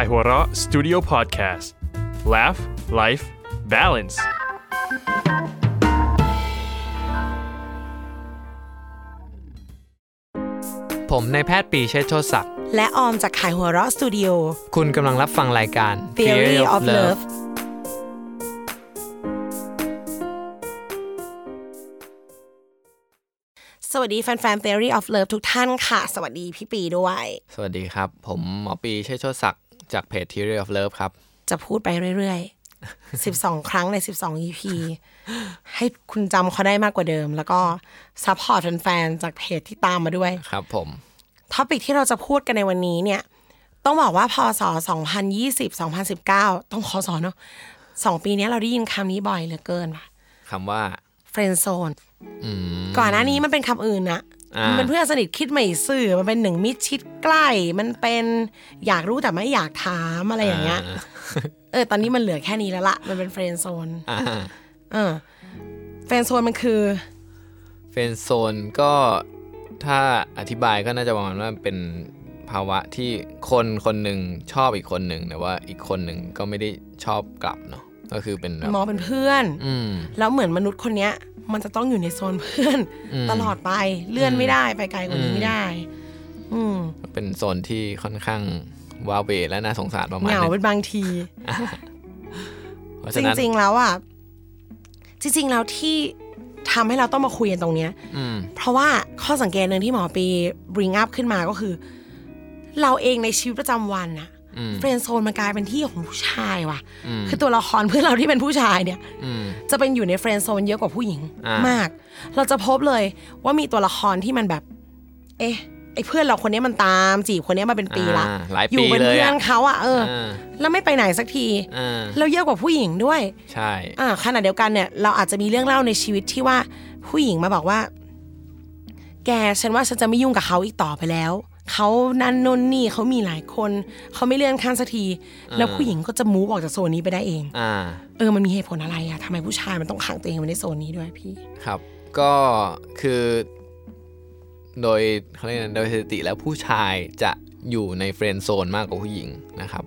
i h o r a Studio Podcast Laugh Life Balance ผมนายแพทย์ปรีเชษฐ์โชติศักดิ์ และออมจากขายหัวเราะสตูดิโอ คุณกำลังรับฟังรายการ Theory of Love สวัสดีแฟนๆ Theory of Love ทุกท่านค่ะ สวัสดีพี่ปีด้วย สวัสดีครับ ผมหมอปรีเชษฐ์โชติศักดิ์จากเพจ Theory of Love ครับ จะพูดไปเรื่อยๆ 12 ครั้งใน 12 EP ให้คุณจำเขาได้มากกว่าเดิม แล้วก็ซัพพอร์ตแฟนๆ จากเพจที่ตามมาด้วย ครับผม ท็อปิกที่เราจะพูดกันในวันนี้เนี่ย ต้องบอกว่าพศ 2020 2019 ต้องพศเนาะสองปีเนี้ยเราได้ยินคำนี้บ่อยเหลือเกินว่ะ คำว่า เฟรนด์โซน อืม ก่อนหน้านี้มันเป็นคำอื่นนะ อ่ามั มันเป็นเพื่อนสนิทคิดไม่ซื่อ มันเป็นหนึ่งมิตรชิดใกล้ มันเป็นอยากรู้แต่ไม่อยากถามอะไรอย่างเงี้ย เออ ตอนนี้มันเหลือแค่นี้แล้วละ มันเป็นเฟรนด์โซน อ่า เออ เฟรนด์โซนมันคือ เฟรนโซนก็ถ้าอธิบายก็น่าจะประมาณว่าเป็นภาวะที่คนคนหนึ่งชอบอีกคนหนึ่งแต่ว่าอีกคนหนึ่งก็ไม่ได้ชอบกลับเนาะก็คือเป็นแบบ มองเป็นเพื่อน อืม แล้วเหมือนมนุษย์คนเนี้ย มันจะต้องอยู่ในโซนเพื่อน ตลอดไป เลื่อนไม่ได้ ไปไกลกว่านี้ไม่ได้ อืม เป็นโซนที่ค่อนข้างว้าเหวและน่าสงสารประมาณเหงา นึง เป็นบางที เพราะ จ ฉะนั้น ริง ๆ แล้วอ่ะ จริง ๆ แล้วที่ทำให้เราต้องมาคุยกันตรงเนี้ย อืม เพราะว่าข้อสังเกตหนึ่งที่หมอปี bring up ขึ้นมาก็คือ เราเองในชีวิตประจำวันอะ อืม เฟรนด์โซนมันกลายเป็นที่ของผู้ชายว่ะ อืม คือตัวละครเพื่อนเราที่เป็นผู้ชายเนี่ย อืม จะเป็นอยู่ในเฟรนด์โซนเยอะกว่าผู้หญิง อ่าม มาก เราจะพบเลยว่ามีตัวละครที่มันแบบ เอ๊ะไอ้เพื่อนเราคนเนี้ยมันตามจีบคนเนี้ยมาเป็นปีละ อ่าหลาย อยู่ ปี เป็น เลย เพื่อ อะ นเขาอะเอออ อ่า แล้วไม่ไปไหนสักที อ่า เราเยอะกว่าผู้หญิงด้วย ใช่ อ่าขณะเดียวกันเนี่ยเราอาจจะมีเรื่องเล่าในชีวิตที่ว่าผู้หญิงมาบอกว่า แกฉันว่าฉันจะไม่ยุ่งกับเขาอีกต่อไปแล้ว เขานั่นน่นนี่เขามีหลายคน เขาไม่เลื่อนขั้นสักที แล้วผู้หญิงก็จะมูฟออกจากโซนนี้ไปได้เอง อ่า เออมันมีเหตุผลอะไรอะทำไมผู้ชายมันต้องขังตัวเองไว้ในโซนนี้ด้วยพี่ ครับ ก็คือ โดยเขาเรียกอะไรโดยสถิติแล้วผู้ชายจะอยู่ในเฟรนด์โซนมากกว่าผู้หญิงนะครับ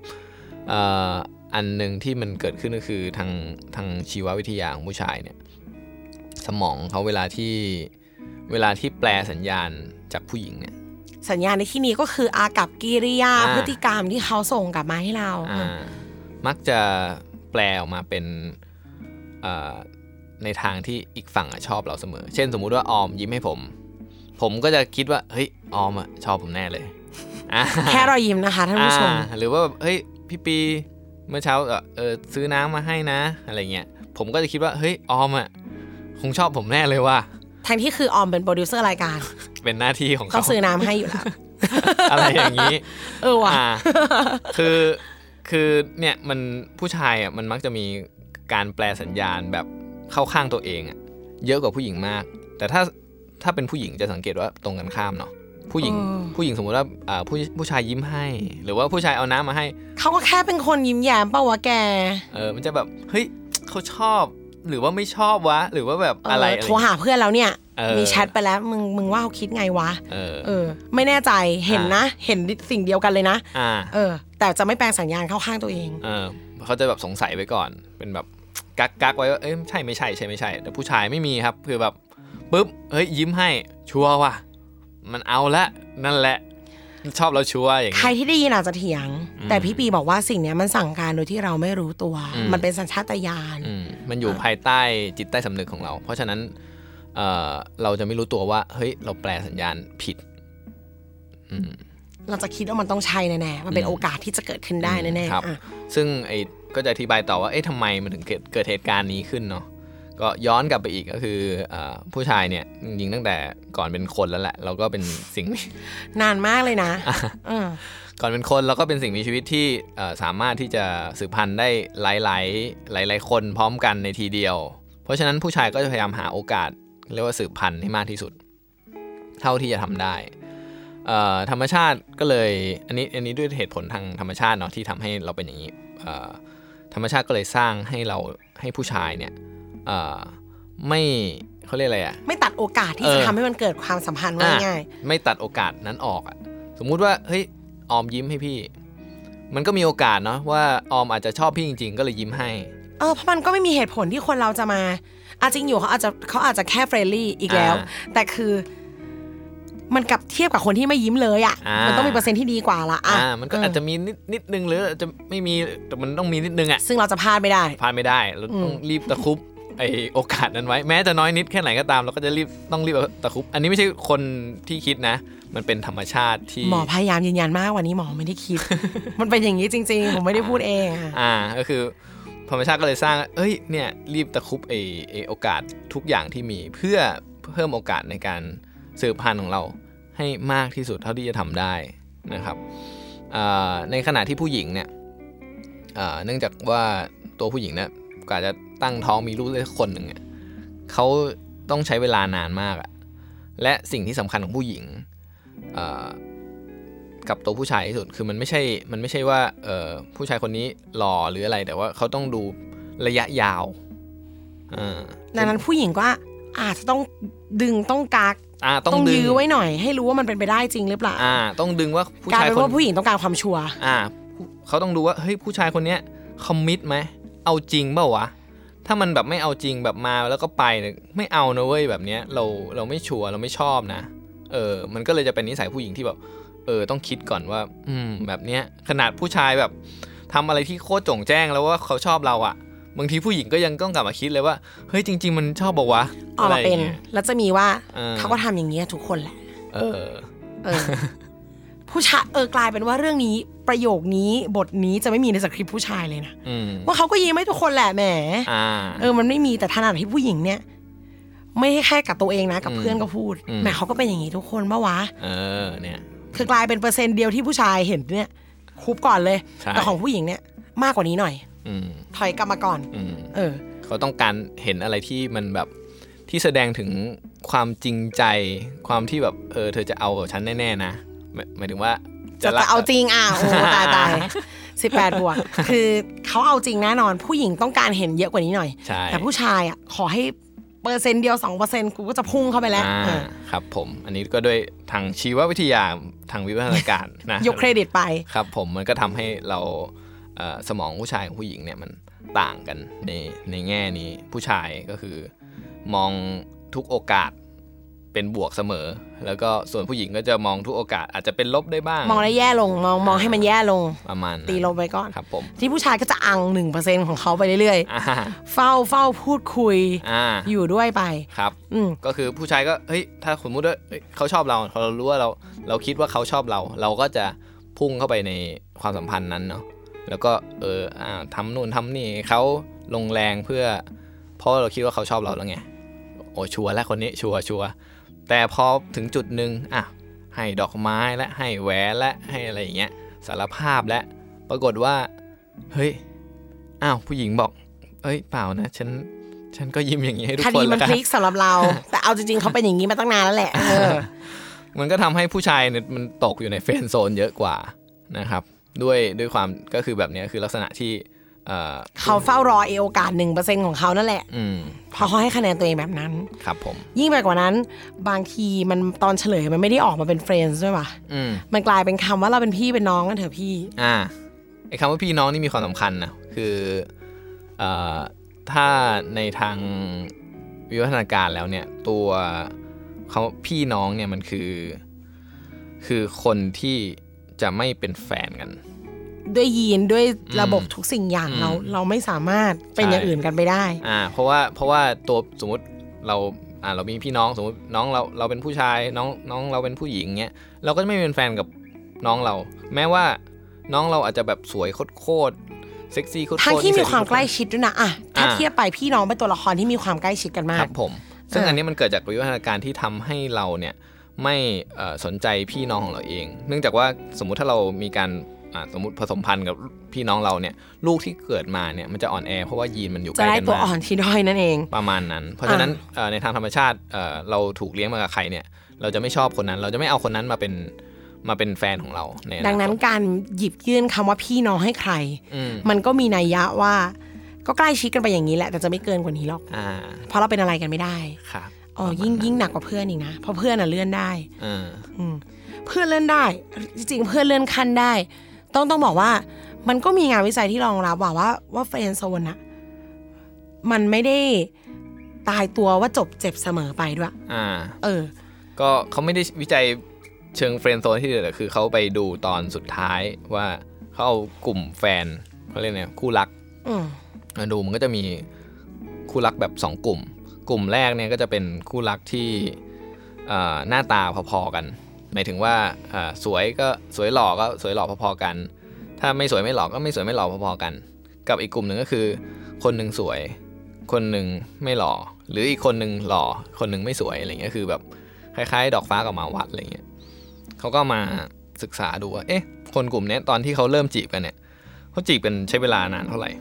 เอ่ออันหนึ่งที่มันเกิดขึ้นก็คือทางทางชีววิทยาของผู้ชายเนี่ย สมองเขาเวลาที่เวลาที่แปลสัญญาณจากผู้หญิงเนี่ย สัญญาณในที่นี้ก็คืออากับกิริยา อ่า พฤติกรรมที่เขาส่งกลับมาให้เรา อ่ามักจะแปลออกมาเป็นเอ่อในทางที่อีกฝั่งอะชอบเราเสมอ เช่นสมมุติว่าออมยิ้มให้ผม ผมก็จะคิดว่าเฮ้ยออมอะชอบผมแน่เลยอ่า แค่รอยยิ้มนะคะท่านผู้ชม อ่าหรือว่าแบบเฮ้ยพี่ปีเมื่อเช้าเอ่อเออซื้อน้ำมาให้นะอะไรเงี้ยผมก็จะคิดว่าเฮ้ยออมอะคงชอบผมแน่เลยว่ะ ทั้งที่คือออมเป็นโปรดิวเซอร์รายการ เป็นหน้าที่ของ เขา เขา ซื้อน้ำให้อยู่แล้ว อะไรอย่างนี้ เออว่ะ อ่าคือคือเนี่ยมันผู้ชายอ่ะมันมักจะมีการแปลสัญญาณแบบเข้าข้างตัวเองอ่ะเยอะกว่าผู้หญิงมาก แต่ถ้าถ้าเป็นผู้หญิงจะสังเกตว่าตรงกันข้ามเนาะผู้หญิง เออ ผู้หญิงสมมติว่าอ่าผู้ผู้ชายยิ้มให้ หรือว่าผู้ชายเอาน้ำมาให้ เขาก็แค่เป็นคนยิ้มแย้มเปล่าวะแก เออมันจะแบบเฮ้ยเขาชอบหรือว่าไม่ชอบวะ หรือว่าแบบ เออ อะไร อ อะไร โทรหาเพื่อนแล้วเนี่ย เออ มีแชทไปแล้วมึงมึงว่าเขาคิดไงวะ เออ เออ ไม่แน่ใจเห็นนะ เห็นสิ่งเดียวกันเลยนะ อ่า เออ แต่จะไม่แปลงสัญญาณเข้าข้างตัวเอง เออเขาจะแบบสงสัยไว้ก่อน เป็นแบบกักกักไว้ว่าเอ้ยใช่ไม่ใช่ใช่ไม่ใช่ แต่ผู้ชายไม่มีครับคือแบบปุ๊บเฮ้ยยิ้มให้ชัวร์ว่ะมันเอาละนั่นแหละ ชอบเราชัวร์อย่าง ใคร เงี้ย ที่ได้ยินอาจจะเถียง แต่พี่ปีบอกว่าสิ่งเนี้ยมันสั่งการโดยที่เราไม่รู้ตัว อืม มันเป็นสัญชาตญาณ อืมมันอยู่ภายใต้จิตใต้สำนึกของเรา เพราะฉะนั้นเอ่อเราจะไม่รู้ตัวว่าเฮ้ยเราแปลสัญญาณผิด เราจะคิดว่ามันต้องใช่แน่ๆ มันเป็นโอกาสที่จะเกิดขึ้นได้แน่ๆ ครับ อ่ะ ซึ่งไอ้ก็จะอธิบายต่อว่าเอ๊ะทำไมมันถึงเกิดเกิดเหตุการณ์นี้ขึ้นเนาะก็ย้อนกลับไปอีกก็คือเอ่อผู้ชายเนี่ยจริงๆตั้งแต่ก่อนเป็นคนแล้วแหละ เราก็เป็นสิ่ง นานมากเลยนะเออ ก่อนเป็นคนเราก็เป็นสิ่งมีชีวิตที่เอ่อสามารถที่จะสืบพันธุ์ได้หลายๆ หลาย ๆ คนพร้อมกันในทีเดียว เพราะฉะนั้นผู้ชายก็จะพยายามหาโอกาสเรียกว่าสืบพันธุ์ให้มากที่สุด เท่าที่จะทำได้เอ่อธรรมชาติก็เลยอันนี้อันนี้ด้วยเหตุผลทางธรรมชาติเนาะที่ทำให้เราเป็นอย่างนี้เอ่อธรรมชาติก็เลยสร้างให้เราให้ผู้ชายเนี่ยเอ่อไม่เขาเรียกอะไรอะ ไม่ตัดโอกาสที่ เออ จะทำให้มันเกิดความสัมพันธ์ว่า อ่ะ ง่าย ไม่ตัดโอกาสนั้นออกอะสมมุติว่าเฮ้ยออมยิ้มให้พี่ มันก็มีโอกาสเนาะว่าออมอาจจะชอบพี่จริง ๆ ก็เลยยิ้มให้ เออเพราะมันก็ไม่มีเหตุผลที่คนเราจะมาอาจริงอยู่เขาอาจจะเขาอาจจะแค่เฟรนลี่อีกแล้ว อ่ แต่คือมันกลับเทียบกับคนที่ไม่ยิ้มเลยอ่ะ อ่ามั มันต้องมีเปอร์เซ็นต์ที่ดีกว่าละอ่ะ อ่ามันก็อาจจะมีนิดนิดนึงหรืออาจจะไม่มีแต่มันต้องมีนิดนึงอ่ะ ซึ่งเราจะพลาดไม่ได้ พลาดไม่ได้เราต้องรีบตะครุบไอโอกาสนั้นไว้ แม้จะน้อยนิดแค่ไหนก็ตามเราก็จะรีบต้องรีบตะครุบอันนี้ไม่ใช่คนที่คิดนะ มันเป็นธรรมชาติที่ หมอพยายามยืนยันมากวันนี้หมอไม่ได้ คิด มันเป็นอย่างนี้จริง ๆ ผมไม่ได้พูดเองอ่ะ อ่าก็คือธรรมชาติก็เลยสร้าง เอ้ยเนี่ยรีบตะครุบไอไอโอกาสทุกอย่างที่มีเพื่อเพิ่มโอกาสในการสืบพันธุ์ของเราให้มากที่สุดเท่าที่จะทำได้นะครับอ่าในขณะที่ผู้หญิงเนี่ยอ่าเนื่องจากว่าตัวผู้หญิงเนี่ยกว่าจะตั้งท้องมีลูกได้สักคนหนึ่งเนี่ยเขาต้องใช้เวลานานมากอะและสิ่งที่สำคัญของผู้หญิงอ่า กับตัวผู้ชายที่สุดคือมันไม่ใช่ มันไม่ใช่ว่าเออผู้ชายคนนี้หล่อหรืออะไร แต่ว่าเขาต้องดูระยะยาวอ่า ดังนั้นผู้หญิงก็อาจจะต้องดึงต้องกัก อ่าต้องดึง ยื้อไว้หน่อย ให้รู้ว่ามันเป็นไปได้จริงหรือเปล่า อ่า ต้องดึงว่าผู้ กลาย ชาย เป็น คน ว่าผู้หญิงต้องการความชัวร์ อ่าผู้เขาต้องดูว่าเฮ้ยผู้ชายคนเนี้ยคอมมิตไหมเอาจริงเปล่าวะถ้ามันแบบไม่เอาจริงแบบมาแล้วก็ไปเนี่ยไม่เอานะเว้ยแบบเนี้ยเราเราไม่ชัวร์เราไม่ชอบนะ เออ มันก็เลยจะเป็นนิสัยผู้หญิงที่แบบ เออ ต้องคิดก่อนว่า อืม แบบเนี้ย ขนาดผู้ชายแบบทำอะไรที่โคตรโจ่งแจ้งแล้วว่าเขาชอบเราอะบางทีผู้หญิงก็ยังต้องกลับมาคิดเลยว่า เฮ้ย จริง ๆ มันชอบบอกวะ ออกมาเป็น ะไรย่งงี้ย แล้วจะมีว่า เออ เขาก็ทำอย่างนี้ยทุกคนแหละ เออ เออ ผู้ชายเออกลายเป็นว่าเรื่องนี้ประโยคนี้บทนี้จะไม่มีในสคริปต์ผู้ชายเลยนะ อืม ว่าเขาก็ยิ้มให้ทุกคนแหละแหม อ่า เออมันไม่มีแต่ถนัดที่ผู้หญิงเนี่ย ไม่ให้แค่กับตัวเองนะกับเพื่อนก็พูด อืม แหมเขาก็เป็นอย่างนี้ทุกคนปะวะ เออ เนี่ย คือกลายเป็นเปอร์เซ็นต์เดียวที่ผู้ชายเห็นเนี่ยคุบก่อนเลย ใช่ แต่ของผู้หญิงเนี่ย มากกว่านี้หน่อย อืม ถอยกลับมาก่อน อืม เออ เขาต้องการเห็นอะไรที่มันแบบที่แสดงถึงความจริงใจ ความที่แบบเออเธอจะเอากับฉันแน่ๆนะหมายหมายถึงว่า จะ รัก จะเอาจริงอ่ะโอ้ตายตายสิบแปดบวก คือเขาเอาจริงแน่นอน ผู้หญิงต้องการเห็นเยอะกว่านี้หน่อย ใช่ แต่ผู้ชายอ่ะขอให้เปอร์เซ็นต์เดียวสองเปอร์เซ็นต์กูก็จะพุ่งเข้าไปแล้ว อ่า เออ ครับผมอันนี้ก็ด้วยทางชีววิทยาทางวิวัฒนาการ นะ ยกเครดิตไป ครับผมมันก็ทำให้เราเอ่อสมองผู้ชายกับผู้หญิงเนี่ยมันต่างกันในในแง่นี้ผู้ชายก็คือ มองทุกโอกาสเป็นบวกเสมอ แล้วก็ส่วนผู้หญิงก็จะมองทุกโอกาสอาจจะเป็นลบได้บ้าง มองได้แย่ลง มองมองให้มันแย่ลง ประมาณนั้น ตีลงไปก่อน ครับผม ที่ผู้ชายก็จะอังหนึ่งเปอร์เซ็นต์ของเขาไปเรื่อย อ่า ๆ เฝ้าเฝ้าพูดคุย อ่า อยู่ด้วยไป ครับ อืม ก็คือผู้ชายก็เฮ้ยถ้าสมมติว่าเอ้ยเขาชอบเราพอเรารู้ว่าเราเราคิดว่าเขาชอบเรา เราก็จะพุ่งเข้าไปในความสัมพันธ์นั้นเนาะแล้วก็เอออ่าทำนู่นทำนี่ให้เขาลงแรงเพื่อ เพราะเราคิดว่าเขาชอบเราแล้วไงโอ้ชัวร์แล้วคนนี้ชัวร์ชัวร์แต่พอถึงจุดหนึ่งอ่ะให้ดอกไม้และให้แหวนและให้อะไรอย่างเงี้ยสารภาพและปรากฏว่าเฮ้ยอ้าวผู้หญิงบอกเอ้ยเปล่านะฉันฉันก็ยิ้มอย่างนี้ให้ทุก ค ค ดี น มั แล้วนกั พ น ลิกสำหรับเรา แต่เอาจริงๆเขาเป็นอย่างนี้มาตั้งนานแล้วแหละเอ อ มันก็ทำให้ผู้ชายเนี่ยมันตกอยู่ในเฟรนด์โซนเยอะกว่านะครับ ด้วยด้วยความก็คือแบบเนี้ยคือลักษณะที่เอ่อ เขาเฝ้ารอไอโอกาสหนึ่งเปอร์เซ็นของเขานั่นแหละ อืม เพราะเขาให้คะแนนตัวเองแบบนั้น ครับผม ยิ่งไปกว่านั้น บางทีมันตอนเฉลยมันไม่ได้ออกมาเป็นเฟรนด์ด้วยว่ะ อืม มันกลายเป็นคำว่าเราเป็นพี่เป็นน้องกันเถอะพี่ อ่าไอ้คำว่าพี่น้องนี่มีความสำคัญนะคือเอ่อถ้าในทางวิวัฒนาการแล้วเนี่ย ตัวคำว่าพี่น้องเนี่ยมันคือ คือคนที่จะไม่เป็นแฟนกัน ด้วยยีนด้วยระบบทุกสิ่งอย่างเรา เราไม่สามารถเป็นอย่างอื่นกันไปได้ อ่าเพราะว่าเพราะว่าตัวสมมติเราอ่าเรามีพี่น้องสมมติน้องเราเราเป็นผู้ชายน้องน้องเราเป็นผู้หญิงเงี้ยเราก็จะไม่เป็นแฟนกับน้องเรา แม้ว่าน้องเราอาจจะแบบสวยโคตรๆเซ็กซี่โคตรๆ ทั้งที่มีความใกล้ นิสัย ชิดด้วยนะอะถ้า อ่า เทียบไปพี่น้องเป็นตัวละครที่มีความใกล้ชิดกันมา ค ก รับผม ซึ่งอันนี้มันเกิดจากวิวัฒนาการที่ทำให้เราเนี่ยไม่เอ่อสนใจพี่น้องของเราเอง เนื่องจากว่าสมมุติถ้าเรามีการอ่าสมมติผสมพันธุ์กับพี่น้องเราเนี่ยลูกที่เกิดมาเนี่ยมันจะอ่อนแอเพราะว่ายีนมันอยู่ใก จะ ล้ ได้ กัน ตัว มาก อ่อนที่ด้อยนั่นเอง ประมาณนั้น เพราะฉะนั้นเอ่อในทางธรรมชาติเอ่อเราถูกเลี้ยงมากับใครเนี่ย เราจะไม่ชอบคนนั้น เราจะไม่เอาคนนั้นมาเป็นมาเป็นแฟนของเราในอคต ดังนั้นการหยิบยื่นคำว่าพี่น้องให้ใคร อืม มันก็มีนัยยะว่า ก็ใกล้ชิดกันไปอย่างนี้แหละ แต่จะไม่เกินกว่านี้หรอก อ่า เพราะเราเป็นอะไรกันไม่ได้ ครับ อ๋อยิ่งยิ่งหนักกว่าเพื่อนอีกนะ เพราะเพื่อนอ่ะเลื่อนได้ เออ อืมเพื่อนเลื่อนได้ จริงๆเพื่อนเลื่อนขั้นได้ ต้องต้องบอกว่า มันก็มีงานวิจัยที่รองรับว่าว่าว่าเฟรนด์โซนอะมันไม่ได้ตายตัวว่าจบเจ็บเสมอไปด้วย อ่า เออ ก็เขาไม่ได้วิจัยเชิงเฟรนด์โซนที่เดียวแต่คือเขาไปดูตอนสุดท้ายว่าเขาเอากลุ่มแฟนเขาเรียกไงคู่รัก อืม มาดูมันก็จะมีคู่รักแบบ 2 กลุ่ม กลุ่มแรกเนี่ยก็จะเป็นคู่รักที่เอ่อหน้าตาพอๆกัน หมายถึงว่าเอ่อสวยก็สวยหล่อก็สวยหล่อพอๆกัน ถ้าไม่สวยไม่หล่อก็ไม่สวยไม่หล่อพอๆกัน กับอีกกลุ่มหนึ่งก็คือ คนหนึ่งสวย คนหนึ่งไม่หล่อ หรืออีกคนหนึ่งหล่อ คนหนึ่งไม่สวยอะไรเงี้ยคือแบบคล้ายๆ ดอกฟ้ากับหมาวัดอะไรเงี้ยเขาก็มาศึกษาดูว่าเอ๊ะคนกลุ่มเนี้ยตอนที่เขาเริ่มจีบกันเนี่ยเขาจีบกันใช้เวลานานเท่าไหร่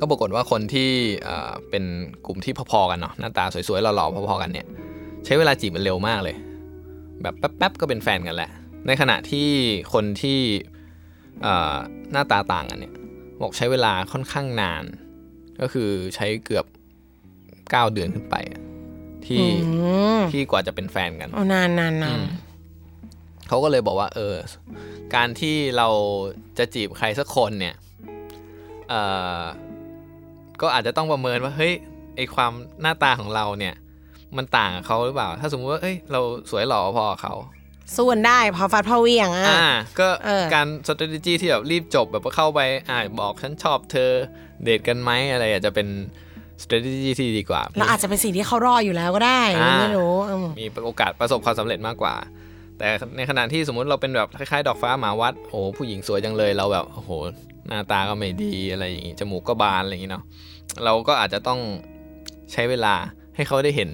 ก็ปรากฏว่าคนที่เอ่อเป็นกลุ่มที่พอๆกันเนาะหน้าตาสวยๆหล่อๆพอๆกันเนี่ย ใช้เวลาจีบมันเร็วมากเลย แบบแป๊บๆก็เป็นแฟนกันแหละ ในขณะที่คนที่เอ่อหน้าตาต่างกันเนี่ยบอกใช้เวลาค่อนข้างนาน ก็คือใช้เกือบ 9 เดือนขึ้นไปอะที่ อืม ที่กว่าจะเป็นแฟนกัน เอานานนานนาน เขาก็เลยบอกว่า เออ การที่เราจะจีบใครสักคนเนี่ย เออก็อาจจะต้องประเมินว่า เฮ้ย ไอความหน้าตาของเราเนี่ย มันต่างกับเขาหรือเปล่า ถ้าสมมติว่า เอ้ย เราสวยหล่อพอกับเขา สู้กันได้พอฟัดพอเหวียงอ่ะ อ่า ก็ เออ การ strategy ที่แบบรีบจบแบบว่าเข้าไป อ่า บอกฉันชอบเธอ เดทกันไหมอะไรอาจจะเป็น strategy ที่ดีกว่า เราอาจจะเป็นสิ่งที่เขารออยู่แล้วก็ได้ อ่า ไม่รู้อืม มีโอกาสประสบความสำเร็จมากกว่า แต่ในขณะที่สมมุติเราเป็นแบบคล้ายๆ ดอกฟ้าหมาวัด โอ้โหผู้หญิงสวยจังเลยเราแบบโอ้โหหน้าตาก็ไม่ดีอะไรอย่างงี้จมูกก็บานอะไรอย่างงี้เนาะเราก็อาจจะต้องใช้เวลาให้เขาได้เห็น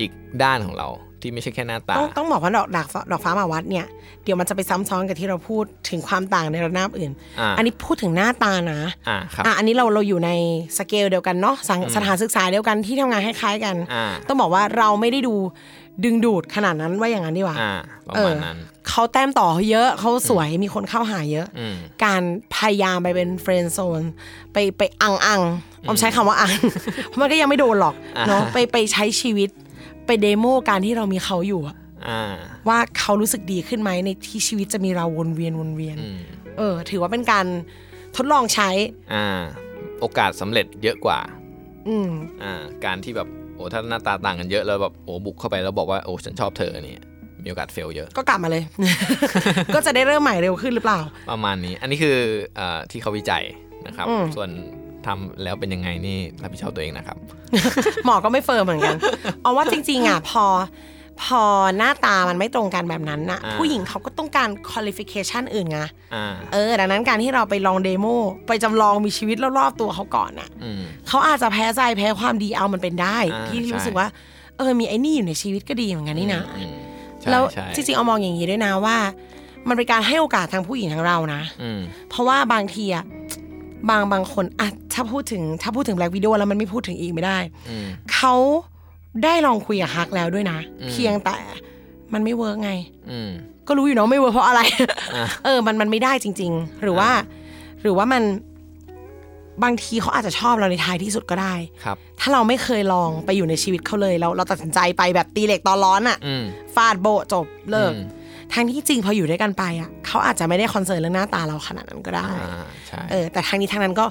อีกด้านของเราที่ไม่ใช่แค่หน้าตา ต้องต้องบอกว่าดอกดอกฟ้าดอกฟ้ามาวัดเนี่ย เดี๋ยวมันจะไปซ้ำซ้อนกับที่เราพูดถึงความต่างในระนาบอื่น อ่า อันนี้พูดถึงหน้าตานะ อ่าครับ อ่ะอันนี้เราเราอยู่ในสเกลเดียวกันเนาะสังสถานศึกษาเดียวกันที่ทำงานคล้ายๆกัน อ่า ต้องบอกว่าเราไม่ได้ดูดึงดูดขนาดนั้นว่าอย่างนั้นดีกว่า อ่าประ เอ มา อ ณนั้น เขาแต้มต่อเยอะเขาสวยมีคนเข้าหาเยอะ อืม การพยายามไปเป็นเฟรนด์โซนไปไปอังอังออมใช้คำว่าอัง เพราะมันก็ยังไม่โดนหรอก อ่า เนาะไปไปใช้ชีวิต ไปเดโมการที่เรามีเขาอยู่อะ อ่า ว่าเขารู้สึกดีขึ้นไหมในที่ชีวิตจะมีเราวนเวียนวนเวียน อืม เออ ถือว่าเป็นการทดลองใช้ อ่า โอกาสสำเร็จเยอะกว่า อืม อ่าการที่แบบโอ้ถ้าหน้าตาต่างกันเยอะแล้วแบบโอ้บุกเข้าไปแล้วบอกว่าโอ้ฉันชอบเธอเนี่ยมีโอกาสเฟลเยอะ ก็กลับมาเลย ก็จะได้เริ่มใหม่เร็วขึ้นหรือเปล่า ประมาณนี้ อันนี้คือเออที่เขาวิจัยนะครับ อืม ส่วนทำแล้วเป็นยังไงนี่รับผิดชอบตัวเองนะครับ หมอก็ไม่เฟิร์มเหมือนกัน เอาว่าจริงๆอ่ะพอ พอหน้าตามันไม่ตรงกันแบบนั้นนะ อ่า ผู้หญิงเขาก็ต้องการคุณลิฟิเคชันอื่นไง อ่า เออ ดังนั้นการที่เราไปลองเดโมไปจำลองมีชีวิตรอบๆตัวเขาก่อนน่ะ อืม เขาอาจจะแพ้ใจแพ้ความดีเอามันเป็นได้ อ่า ที่ ใช่ รู้สึกว่า เออมีไอ้นี่อยู่ในชีวิตก็ดีเหมือนกันนี่นะ อืมใช่ แล้ว ใช่ จริงๆเอามองอย่างนี้ด้วยนะว่า มันเป็นการให้โอกาสทางผู้หญิงทางเรานะ อืม เพราะว่าบางทีอะบางบางคนอะถ้าพูดถึงถ้าพูดถึงแบล็กวิดีโอแล้วมันไม่พูดถึงอีกไม่ได้ อืม เขาได้ลองคุยกับฮักแล้วด้วยนะ อืม เพียงแต่มันไม่เวิร์กไง อืม ก็รู้อยู่เนาะไม่เวิร์กเพราะอะไร อ่ะ เออ มันมันไม่ได้จริง ๆ หรือว่า หรือว่ามันบางทีเขาอาจจะชอบเราในท้ายที่สุดก็ได้ ครับ ถ้าเราไม่เคยลองไปอยู่ในชีวิตเขาเลย เราเราตัดสินใจไปแบบตีเหล็กตอนร้อนอะ อืม ฟาดโบะจบเลิก อืม ทั้งที่จริงพออยู่ด้วยกันไปอะเขาอาจจะไม่ได้คอนเซิร์นเรื่องหน้าตาเราขนาดนั้นก็ได้ อ่าใช่ เออแต่ทางนี้ทางนั้นก็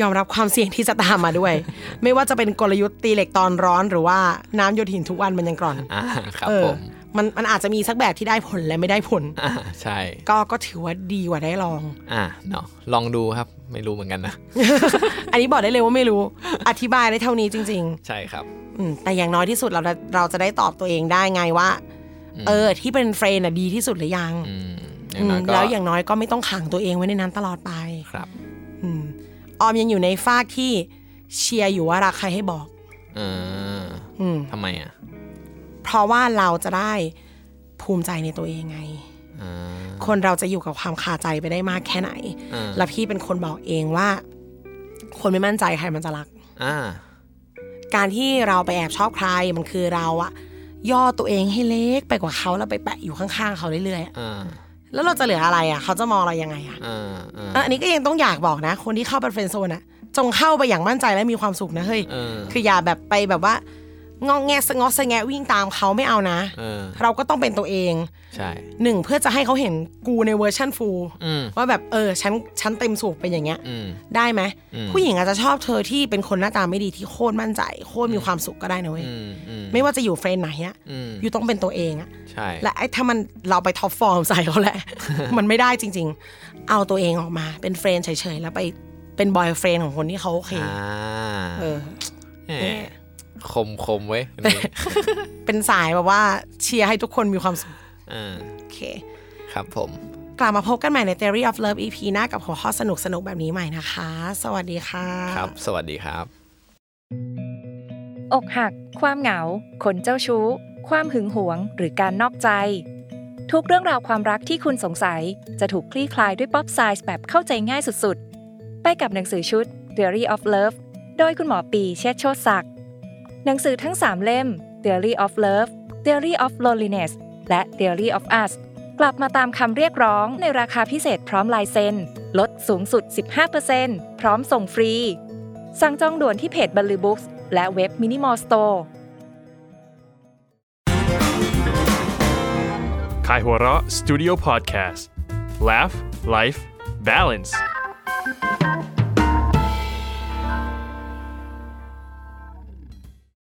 ยอมรับความเสี่ยงที่จะตามมา ด้วย ไม่ว่าจะเป็นกลยุทธ์ตีเหล็กตอนร้อน หรือว่าน้ำโยนหินทุกวันมันยังก ร่อน อ่าครับ เอ ผ อ ม มันมันอาจจะมีสักแบบที่ได้ผลและไม่ได้ผ ล อ่าใช่ ก็ก็ถือว่าดีกว่าได้ลอง อ่าเนาะลองดูครับไม่รู้เหมือนกันนะ อันนี้บอกได้เลยว่าไม่รู้ อธิบายได้เท่านี้จริง ใช่ครับ ๆ อืมแต่อย่างน้อยที่สุดเราจะเราจะได้ตอบตัวเองได้ไงว่า เออ ที่เป็นเฟรนด์น่ะดีที่สุดหรือยัง อืมอย่า อื ง ม น้อยก็ แล้วอย่างน้อยก็ไม่ต้องขังตัวเองไว้ในนั้นตลอดไป ครับ อืมออมยังอยู่ในฝากที่เชียร์อยู่ว่ารักใครให้บอก เออ อืม ทำไมอ่ะ เพราะว่าเราจะได้ภูมิใจในตัวเองไง อ่า คนเราจะอยู่กับความคาใจไปได้มากแค่ไหน อ่า แล้วพี่เป็นคนบอกเองว่า คนไม่มั่นใจใครมันจะรัก อ่า การที่เราไปแอบชอบใครมันคือเราอะย่อตัวเองให้เล็กไปกว่าเขาแล้วไปแปะอยู่ข้างๆเขาเรื่อยๆอะ อ่า แล้วเราจะเหลืออะไรอะเขาจะมองเรายังไงอะ อ่าอ่า เอออันนี้ก็ยังต้องอยากบอกนะ คนที่เข้าเป็นเฟรนด์โซนอะจงเข้าไปอย่างมั่นใจและมีความสุขนะเฮ้ย เออ คืออย่าแบบไปแบบว่า งองแงสะงอสะแงะวิ่งตามเขาไม่เอานะ เออ เราก็ต้องเป็นตัวเอง ใช่ หนึ่งเพื่อจะให้เขาเห็นกูในเวอร์ชั่นฟูล อืม ว่าแบบเออฉันฉันเต็มสูบเป็นอย่างเงี้ย อืม ได้ไหม อืม ผู้หญิงอาจจะชอบเธอที่เป็นคนหน้าตาไม่ดีที่โคตรมั่นใจ โคตรมีความสุขก็ได้นะเว้ย อืมอืม ไม่ว่าจะอยู่เฟรนด์ไหนอะ อืม อยู่ต้องเป็นตัวเองอะ ใช่ และไอ้ถ้ามันเราไปท็อปฟอร์มใส่เขาแหละ มันไม่ได้จริง ๆ เอาตัวเองออกมาเป็นเฟรนด์เฉยๆแล้วไปเป็นบอยเฟรนด์ของคนที่เขาโอเค อ่า เออ แหมคมคมเว้ยคนนี้ เป็นสายแบบว่าเชียร์ให้ทุกคนมีความสุข อ่า โอเค ครับผม กลับมาพบกันใหม่ใน Theory of Love EP หน้ากับหัวข้อสนุกสนุกๆแบบนี้ใหม่นะคะ สวัสดีค่ะ ครับ สวัสดีครับ อกหัก ความเหงา คนเจ้าชู้ ความหึงหวง หรือการนอกใจ ทุกเรื่องราวความรักที่คุณสงสัย จะถูกคลี่คลายด้วยป๊อปไซส์แบบเข้าใจง่ายสุดๆ ไปกับหนังสือชุด Theory of Love โดยคุณหมอปีเชษฐ์โชติศักดิ์หนังสือทั้ง 3 เล่ม Theory of Love Theory of Loneliness และ Theory of Us กลับมาตามคำเรียกร้องในราคาพิเศษพร้อมลายเซ็นลดสูงสุด 15%พร้อมส่งฟรี สั่งจองด่วนที่เพจบัลลือบุ๊กส์และเว็บมินิมอลสโตร์ Kaihura Studio Podcast. Laugh, Life, Balance.